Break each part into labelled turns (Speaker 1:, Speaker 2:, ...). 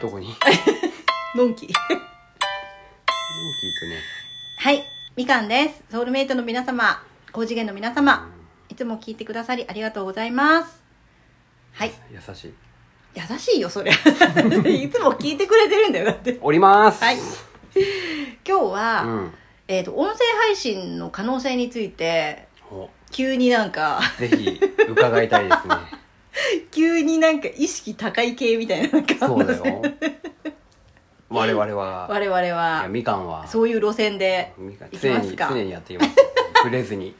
Speaker 1: どこにドン
Speaker 2: のんき
Speaker 1: キーとね
Speaker 2: はいみかんですソウルメイトの皆様高次元の皆様いつも聞いてくださりありがとうございますはい
Speaker 1: 優しい
Speaker 2: 優しいよそれ いつも聞いてくれてるんだよだって
Speaker 1: おります
Speaker 2: はい今日は、
Speaker 1: うん
Speaker 2: えっ、と音声配信の可能性について
Speaker 1: お
Speaker 2: 急になんか
Speaker 1: ぜひ伺いたいですね
Speaker 2: 急になんか意識高い系みたいななんか
Speaker 1: そうだ よ我々は
Speaker 2: 我々
Speaker 1: いや
Speaker 2: は
Speaker 1: みかんは
Speaker 2: そういう路線で
Speaker 1: みかん
Speaker 2: いき
Speaker 1: 常
Speaker 2: ま
Speaker 1: に
Speaker 2: すか
Speaker 1: 常にやっていますブレず に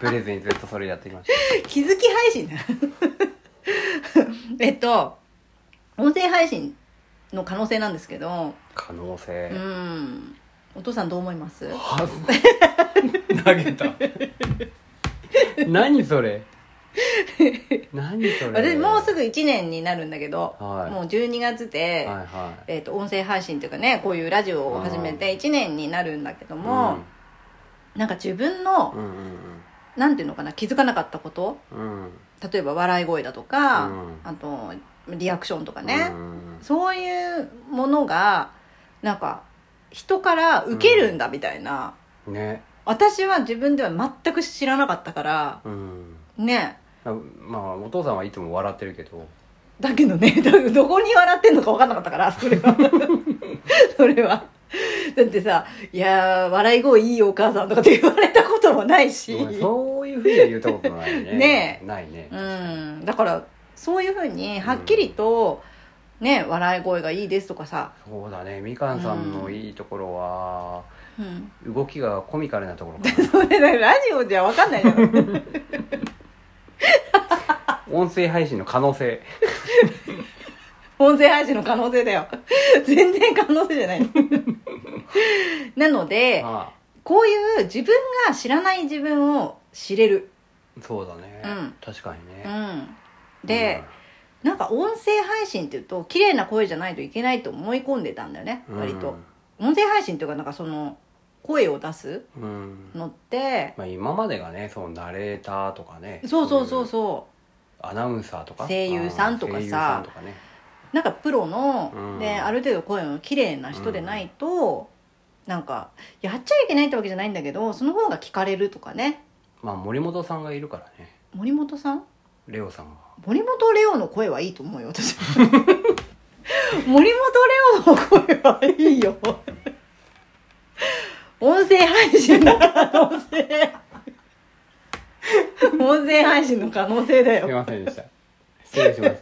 Speaker 1: ブレずにずっとそれやってきまし
Speaker 2: 気づき配信 えっと音声配信の可能性なんですけど
Speaker 1: た可能
Speaker 2: う
Speaker 1: 性
Speaker 2: んお父さんどう思います
Speaker 1: はず投げた何それ何それ
Speaker 2: 私もうすぐ1年になるんだけど、
Speaker 1: はい
Speaker 2: もう12月で、
Speaker 1: はいはい
Speaker 2: えっと音声配信というかねこういうラジオを始めて1年になるんだけども、なんか自分の、
Speaker 1: うん、うん
Speaker 2: なんていうのかな気づかなかったこと
Speaker 1: うんうんうん
Speaker 2: 例えば笑い声だとか、
Speaker 1: うん
Speaker 2: あとリアクションとかね
Speaker 1: う、ん
Speaker 2: そういうものがなんか人から受けるんだみたいな、
Speaker 1: ね
Speaker 2: 私は自分では全く知らなかったから
Speaker 1: うん
Speaker 2: ね
Speaker 1: あまあお父さんはいつも笑ってるけど
Speaker 2: だけどね だどこに笑ってんのか分かんなかったからそれは それはだってさ「いやー笑い声いいよお母さん」とかって言われたこともないし
Speaker 1: そういうふうには言ったことないね
Speaker 2: ねえ
Speaker 1: ないね
Speaker 2: うん、だからそういうふうにはっきりと、ね笑い声がいいですとかさ、
Speaker 1: そうだねみかんさんのいいところは、
Speaker 2: うん、
Speaker 1: 動きがコミカルなところかな
Speaker 2: それねラジオじゃ分かんないじゃん
Speaker 1: 音声配信の可能性
Speaker 2: 音声配信の可能性だよ 全然可能性じゃない なので
Speaker 1: あ
Speaker 2: こういう自分が知らない自分を知れる、
Speaker 1: あそうだね、
Speaker 2: うん
Speaker 1: 確かにね、
Speaker 2: うん、で、なんか音声配信っていうと綺麗な声じゃないといけないと思い込んでたんだよね
Speaker 1: うん
Speaker 2: 割と、音声配信っていうかなんかその声を出す
Speaker 1: うん、
Speaker 2: のって
Speaker 1: まあ、今までがねそのナレーターとかね
Speaker 2: そうそうそう
Speaker 1: い
Speaker 2: そう
Speaker 1: アナウンサーとか
Speaker 2: 声優さんとかさ
Speaker 1: 声優さんとかね
Speaker 2: なんかプロの、
Speaker 1: うん
Speaker 2: である程度声の綺麗な人でないと、なんかやっちゃいけないってわけじゃないんだけどその方が聞かれるとかね
Speaker 1: まあ森本さんがいるからね
Speaker 2: 森本さん
Speaker 1: レオさんは
Speaker 2: 森本レオの声はいいと思うよ私森本レオの声はいいよ音声配信の可能性音声配信の可能性だ
Speaker 1: すい
Speaker 2: よ
Speaker 1: ませんでした失礼しまし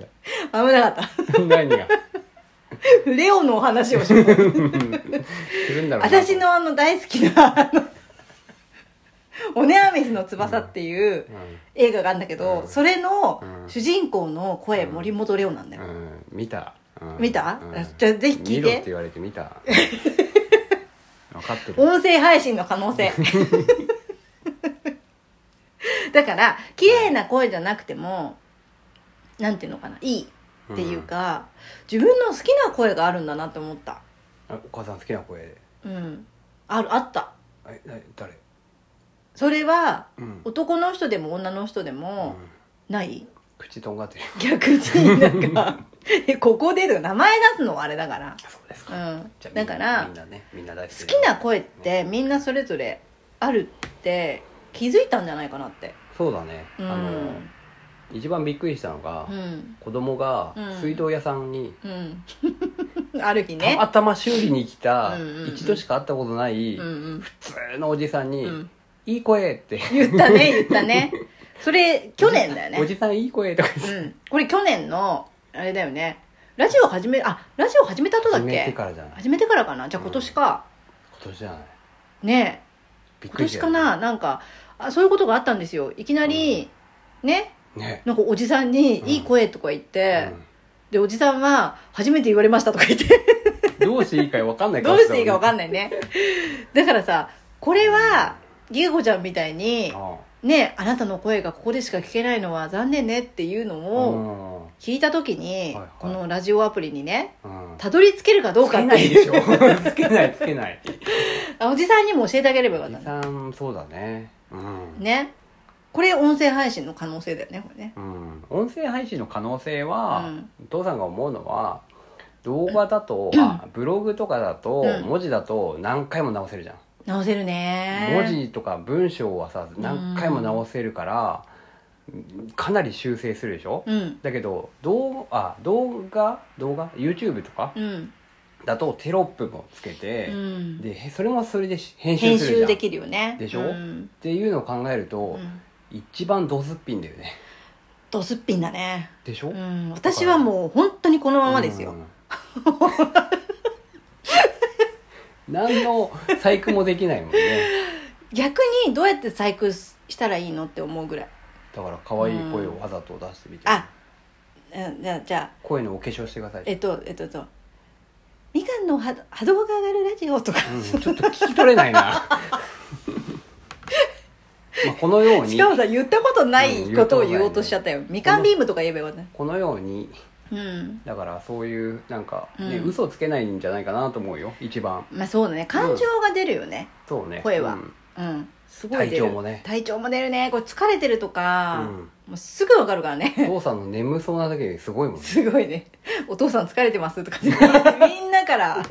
Speaker 2: 危なかった
Speaker 1: 何が
Speaker 2: たレオのお話をしようと思って
Speaker 1: するんだろうな
Speaker 2: 私のあの大好きなあの「オネアミスの翼」っていう映画があるんだけど、
Speaker 1: うん
Speaker 2: それの
Speaker 1: うん
Speaker 2: 主人公の声、
Speaker 1: うん
Speaker 2: 森本レオなんだ
Speaker 1: う
Speaker 2: よ、
Speaker 1: ん、うん、見た、うん
Speaker 2: 見た
Speaker 1: うん
Speaker 2: じゃあぜひ聞
Speaker 1: 見
Speaker 2: いて
Speaker 1: ろって言われて見 た分かってる
Speaker 2: 音声配信の可 能性だから綺麗な声じゃなくてもなんていうのかないいっていうか、自分の好きな声があるんだなって思った
Speaker 1: あお母さん好きな声
Speaker 2: うんあるあった
Speaker 1: えな誰
Speaker 2: それは
Speaker 1: うん、
Speaker 2: 男の人でも女の人で
Speaker 1: うん
Speaker 2: も、ない、
Speaker 1: 口とんがってる
Speaker 2: 逆になんか えここでとか名前出すのはあれだから、
Speaker 1: そうです
Speaker 2: うん
Speaker 1: じゃ、あ
Speaker 2: だから
Speaker 1: みんなねみんな大好き
Speaker 2: 好きな声ってみんなそれぞれあるって気づいたんじゃないかなって
Speaker 1: そうだね、
Speaker 2: うん
Speaker 1: あの一番びっくりしたのが、
Speaker 2: うん
Speaker 1: 子供が
Speaker 2: うん
Speaker 1: 水道屋さんに、
Speaker 2: うんある日
Speaker 1: た
Speaker 2: ね
Speaker 1: またま修理に来た
Speaker 2: うんうんうん
Speaker 1: 一度しか会ったことない
Speaker 2: うん
Speaker 1: 普
Speaker 2: うん
Speaker 1: 通のおじさんに「
Speaker 2: うん
Speaker 1: いい声」って
Speaker 2: 言ったね言ったねそれ去年だよ
Speaker 1: お
Speaker 2: ね
Speaker 1: じさんいい声」とか言っ
Speaker 2: う
Speaker 1: て
Speaker 2: んこれ去年のあれだよねラジオ始めあラジオ始めた後だ
Speaker 1: 始
Speaker 2: っ
Speaker 1: めて
Speaker 2: け
Speaker 1: からじゃない
Speaker 2: 始めてからかなじゃあ今年か、
Speaker 1: 今年じゃない
Speaker 2: ねえ
Speaker 1: びっ
Speaker 2: 今
Speaker 1: くりし
Speaker 2: 年
Speaker 1: た
Speaker 2: か
Speaker 1: よね
Speaker 2: ななんかあそういうことがあったんですよいきなり、ね
Speaker 1: ね
Speaker 2: なんかおじさんに
Speaker 1: うん
Speaker 2: 「いい声」とか言って、
Speaker 1: うん
Speaker 2: でおじさんは「初めて言われました」とか言って
Speaker 1: どうしていいか分 かんない
Speaker 2: どうしていいか分か
Speaker 1: ん
Speaker 2: んないねだからさこれはギゴちゃんみたいに「ねあなたの声がここでしか聞けないのは残念ね」っていうのを
Speaker 1: も
Speaker 2: 聞いた時に、
Speaker 1: はいはい
Speaker 2: このラジオアプリにね
Speaker 1: うんうん
Speaker 2: たどり着けるかどう
Speaker 1: つ
Speaker 2: か
Speaker 1: け
Speaker 2: っ
Speaker 1: な
Speaker 2: て
Speaker 1: いで
Speaker 2: い
Speaker 1: し
Speaker 2: う
Speaker 1: ょ つけないつけない
Speaker 2: あおじさんにも教えてあげればよ
Speaker 1: お
Speaker 2: かった
Speaker 1: じ
Speaker 2: ね
Speaker 1: さんそうだねうん
Speaker 2: ねこれ音声配信の可能性だよねこれね
Speaker 1: うん、音声配信の可能性
Speaker 2: う
Speaker 1: は、
Speaker 2: ん
Speaker 1: お父さんが思うのは動画だ と、あブログとかだと、
Speaker 2: うん
Speaker 1: 文字だと何回も直せるじゃん、
Speaker 2: 直せるね
Speaker 1: 文字とか文章はさ何回も直せるから、かなり修正するでしょ、
Speaker 2: うん
Speaker 1: だけど動あ動画動画 YouTube とか
Speaker 2: うん
Speaker 1: だとテロップもつけて
Speaker 2: う、ん
Speaker 1: でへそれもそれでし編集
Speaker 2: 編
Speaker 1: するじゃん
Speaker 2: 集できるよね
Speaker 1: でしょ
Speaker 2: うん
Speaker 1: っていうのを考えると
Speaker 2: う、ん
Speaker 1: 一番ドスっぴんだよね
Speaker 2: ドスッピンだね
Speaker 1: でしょ、
Speaker 2: うん私はもう本当にこのままですよ
Speaker 1: うん。何の細工もできないもんね。
Speaker 2: 逆にどうやって細工したらいいのって思うぐらい
Speaker 1: だから可愛い声をわざと出してみて。
Speaker 2: あうんじゃあじゃあ
Speaker 1: 声のお化粧してください。
Speaker 2: えっとえっとえっとみかんの波波動が上がるラジオとか、
Speaker 1: うん、ちょっと聞き取れないな。 まあこのよう
Speaker 2: し
Speaker 1: に
Speaker 2: か、もさ言ったことな
Speaker 1: うん
Speaker 2: い
Speaker 1: 言
Speaker 2: こ
Speaker 1: ったことと
Speaker 2: を
Speaker 1: ないね
Speaker 2: 言おうとしちゃったよ、みかんビームとか言えばよかったね
Speaker 1: このように、
Speaker 2: うん
Speaker 1: だからそういう、なんか、ね、
Speaker 2: うん
Speaker 1: 嘘をつけないんじゃないかなと思うよ、一番。
Speaker 2: まあそうだね感情が出るよね
Speaker 1: そうね。
Speaker 2: 声は
Speaker 1: うん
Speaker 2: うん、すごい出る
Speaker 1: 体調もね
Speaker 2: 体調も出るねこれ疲れてるとか、
Speaker 1: うん
Speaker 2: もうすぐわかるからね
Speaker 1: 父さんの眠そうな時にすごいもんね。
Speaker 2: すごいね「お父さん疲れてます」とかみんなから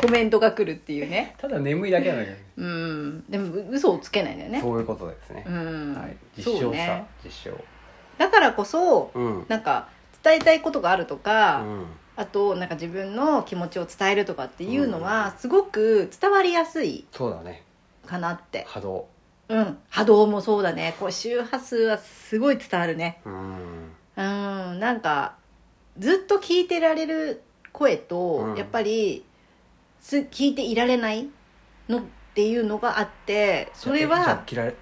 Speaker 2: コメントが来るっていうね
Speaker 1: ただ眠いだけなのよ。
Speaker 2: うんでも嘘をつけないんだよね
Speaker 1: そういうことですね
Speaker 2: う。ん、
Speaker 1: はい。
Speaker 2: そ
Speaker 1: 実証した、
Speaker 2: うね
Speaker 1: 実証。
Speaker 2: だからこそ、
Speaker 1: うん。
Speaker 2: なんか伝えたいことがあるとか、
Speaker 1: うん
Speaker 2: あとなんか自分の気持ちを伝えるとかっていうの
Speaker 1: う
Speaker 2: はすごく伝わりやすい
Speaker 1: そうだね
Speaker 2: かなって
Speaker 1: 波動
Speaker 2: うん波動もそうだねこう周波数はすごい伝わるね
Speaker 1: うん
Speaker 2: うんなんかずっと聞いてられる声と、
Speaker 1: うん
Speaker 2: やっぱりす聞いていられないのっていうのがあってそれ
Speaker 1: じゃあ
Speaker 2: は
Speaker 1: 嫌い
Speaker 2: い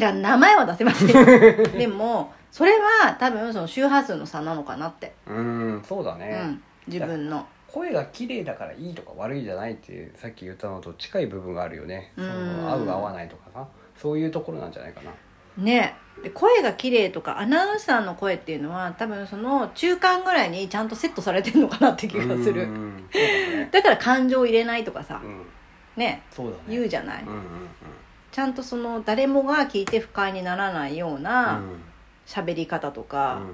Speaker 2: や名前は出せませ んでもそれは多分その周波数の差なのかなって、
Speaker 1: うんそうだね、
Speaker 2: うん、自分の
Speaker 1: 声が綺麗だからいいとか悪いじゃないってさっき言ったのと近い部分があるよね
Speaker 2: うん
Speaker 1: その合う合わないとかさそういうところなんじゃないかな
Speaker 2: ねで声が綺麗とかアナウンサーの声っていうのは多分その中間ぐらいにちゃんとセットされてるのかなって気がす
Speaker 1: う
Speaker 2: る
Speaker 1: んそうだね
Speaker 2: だから感情を入れないとかさ
Speaker 1: うん
Speaker 2: ね
Speaker 1: そうだね
Speaker 2: 言うじゃない
Speaker 1: うんうんうん
Speaker 2: ちゃんとその誰もが聞いて不快にならないよう
Speaker 1: う
Speaker 2: なん喋り方と
Speaker 1: う
Speaker 2: か
Speaker 1: ん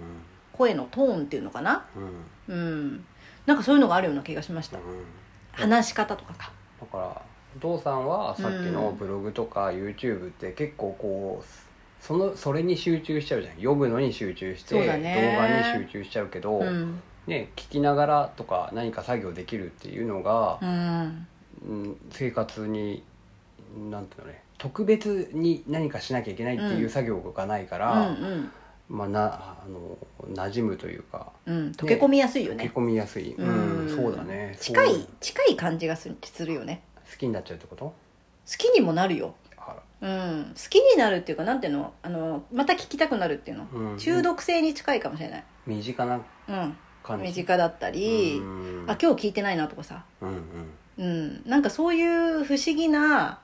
Speaker 2: 声のトーンっていうのかな
Speaker 1: うんうん
Speaker 2: うんなんかそういうのがあるような気がしました話し方とかか
Speaker 1: だからお父さんはさっきのブログとか YouTube って結構こうそのそれに集中しちゃうじゃん読むのに集中して
Speaker 2: そ
Speaker 1: 動
Speaker 2: うだ
Speaker 1: 画
Speaker 2: ね
Speaker 1: に集中しちゃうけど、
Speaker 2: うん
Speaker 1: ね、聞きながらとか何か作業できるっていうのが
Speaker 2: う、ん
Speaker 1: うん、生活になんていうのね特別に何かしなきゃいけないっていううん作業がないか
Speaker 2: う
Speaker 1: ら、
Speaker 2: ん
Speaker 1: まあ、なあの馴染むというか
Speaker 2: うんうん溶け込みやすいよ
Speaker 1: 溶け
Speaker 2: ね
Speaker 1: 込みやすい、うん
Speaker 2: うん
Speaker 1: そうだね
Speaker 2: 近
Speaker 1: そう
Speaker 2: い
Speaker 1: 好
Speaker 2: 近い感じがするするよね
Speaker 1: きになっちゃうってこと
Speaker 2: 好きにもなるよ
Speaker 1: あ
Speaker 2: うん、好きになるっていうかなんていうのあのまた聞きたくなるっていうの、
Speaker 1: ら、うん、
Speaker 2: 中毒性に近いかもしれない、
Speaker 1: 身近な
Speaker 2: うん、
Speaker 1: 感じ
Speaker 2: 身近だったり、
Speaker 1: うん
Speaker 2: あ今日聞いてないなとかさ、
Speaker 1: うんうん
Speaker 2: うん、なんかそういう不思議な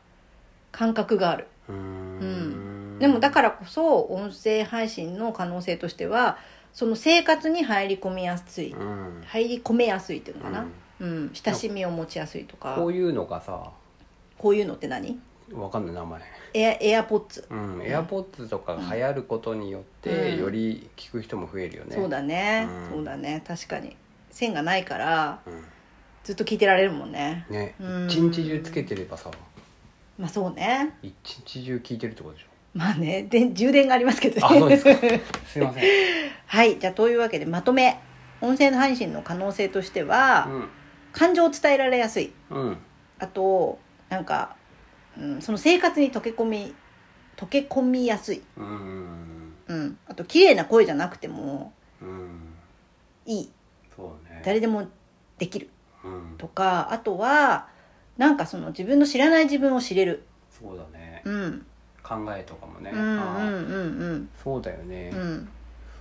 Speaker 2: 感覚がある
Speaker 1: うー
Speaker 2: うんでもだからこそ音声配信の可能性としてはその生活に入り込みやすい
Speaker 1: うん
Speaker 2: 入り込めやすいっていうのか
Speaker 1: う、
Speaker 2: なんうん親しみを持ちやすいとか
Speaker 1: こういうのがさ
Speaker 2: こういうのって何
Speaker 1: わかんない名前
Speaker 2: エアエアポッツ、
Speaker 1: うん、エアポッツとかが流行ることによって、
Speaker 2: うん
Speaker 1: より聞く人も増えるよね。
Speaker 2: そうだね、
Speaker 1: うん
Speaker 2: そうだね確かに線がないから
Speaker 1: うん
Speaker 2: ずっと聞いてられるもんね
Speaker 1: ね、
Speaker 2: うん
Speaker 1: 一日中つけてればさ、
Speaker 2: まあそうね
Speaker 1: 一日中聞いてるってことでし
Speaker 2: まあねで充電がありますけどね
Speaker 1: ょ。あ、そうですか。すいません。
Speaker 2: はいじゃあというわけでまとめ音声配信の可能性としては、感情を伝えられやすい
Speaker 1: うん、うん、
Speaker 2: あとなんか、うん、その生活に溶け込み溶け込みやすい、
Speaker 1: うん、
Speaker 2: うん、あと綺麗な声じゃなくても
Speaker 1: うん、
Speaker 2: いい
Speaker 1: そうね。
Speaker 2: 誰でもできる
Speaker 1: うん、
Speaker 2: とかあとはなんかその自分の知らない自分を知れる、
Speaker 1: そうだね。
Speaker 2: うん、
Speaker 1: 考えとかもね。
Speaker 2: うんうん
Speaker 1: あー
Speaker 2: うん
Speaker 1: そうだよね、
Speaker 2: うんうん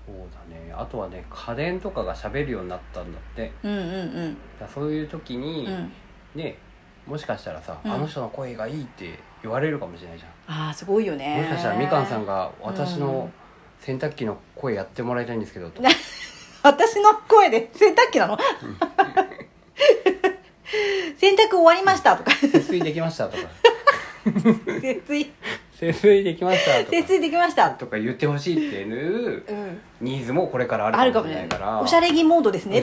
Speaker 1: そうだね。あとはね、家電とかが喋るようになったんだって。
Speaker 2: うんうん
Speaker 1: だからそういう時に、
Speaker 2: うんうん
Speaker 1: ね、もしかしたらさ、
Speaker 2: うん
Speaker 1: あの人の声がいいって言われるかもしれないじゃん。
Speaker 2: ああすごいよね
Speaker 1: もしかしたらみかんさん
Speaker 2: が
Speaker 1: が私
Speaker 2: う
Speaker 1: の
Speaker 2: ん
Speaker 1: 洗濯機の声やってもらいたいんですけど と
Speaker 2: な私の声で洗濯機なの洗濯終わりましたとか
Speaker 1: 節水できましたとか
Speaker 2: 節水
Speaker 1: 節水できましたと
Speaker 2: 節水できまし
Speaker 1: か
Speaker 2: た
Speaker 1: とか言ってほしいっていう
Speaker 2: うん
Speaker 1: ニーズもこれから
Speaker 2: あ
Speaker 1: あ
Speaker 2: る
Speaker 1: るかも
Speaker 2: かも
Speaker 1: し
Speaker 2: し
Speaker 1: れな
Speaker 2: れ
Speaker 1: い
Speaker 2: な
Speaker 1: か
Speaker 2: い
Speaker 1: ら
Speaker 2: おしゃれ着モードですね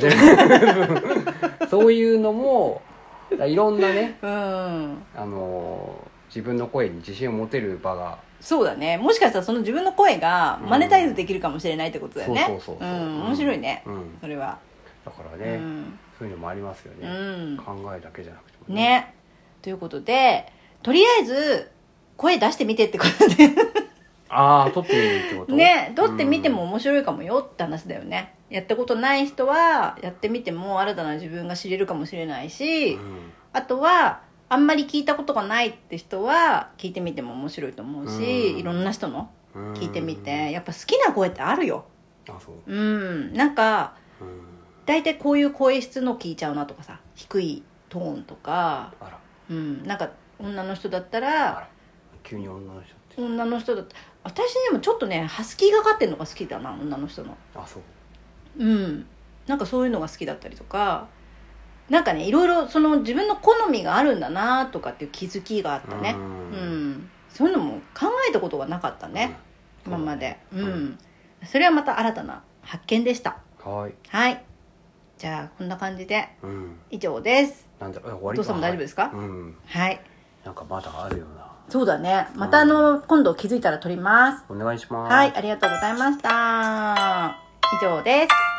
Speaker 2: と
Speaker 1: そういうのもいろんなね
Speaker 2: うん
Speaker 1: あの自分の声に自信を持てる場が
Speaker 2: そうだねもしかしたらその自分の声がマネタイズできるかもしれないってことだよね
Speaker 1: そうそうそうそう
Speaker 2: うん面白いね
Speaker 1: うん
Speaker 2: それは
Speaker 1: だから
Speaker 2: う
Speaker 1: ね、
Speaker 2: ん
Speaker 1: そういうのもありますよ
Speaker 2: う
Speaker 1: ね、
Speaker 2: ん
Speaker 1: 考えだけじゃなくても
Speaker 2: ねということでとりあえず声出してみてってことで
Speaker 1: ああ撮ってみるってこと
Speaker 2: ね撮ってみても面白いかもよって話だよね、やったことない人はやってみても新たな自分が知れるかもしれない
Speaker 1: うん
Speaker 2: し、
Speaker 1: うん
Speaker 2: あとはあんまり聞いたことがないって人は聞いてみても面白いと思うし、
Speaker 1: うん
Speaker 2: いろんな人の
Speaker 1: うん
Speaker 2: 聞いてみてやっぱ好きな声ってあるよ
Speaker 1: あそう
Speaker 2: うんなんか
Speaker 1: うん
Speaker 2: 大体こういう声質の聞いちゃうなとかさ低いトーンとか
Speaker 1: あら
Speaker 2: うんなんか女の人だったら
Speaker 1: あら急に女の人って
Speaker 2: 女の人だった私でもちょっとねハスキーがかってんのが好きだな女の人の
Speaker 1: あそう
Speaker 2: うんなんかそういうのが好きだったりとかなんかねいろいろその自分の好みがあるんだなとかっていう気づきがあったね
Speaker 1: うん
Speaker 2: うん、そういうのも考えたことがなかった
Speaker 1: う
Speaker 2: ね、
Speaker 1: ん
Speaker 2: 今までう、
Speaker 1: うんん
Speaker 2: それはまた新たな発見でした
Speaker 1: はい
Speaker 2: はいじゃあこんな感じで
Speaker 1: うん
Speaker 2: 以上です
Speaker 1: なんだえ終
Speaker 2: お
Speaker 1: わり
Speaker 2: 父さんも大丈夫ですか
Speaker 1: うん
Speaker 2: はい
Speaker 1: なんかまだあるよな
Speaker 2: そうだねまたあの今度気づいたら撮ります
Speaker 1: お願いします
Speaker 2: はいありがとうございました以上です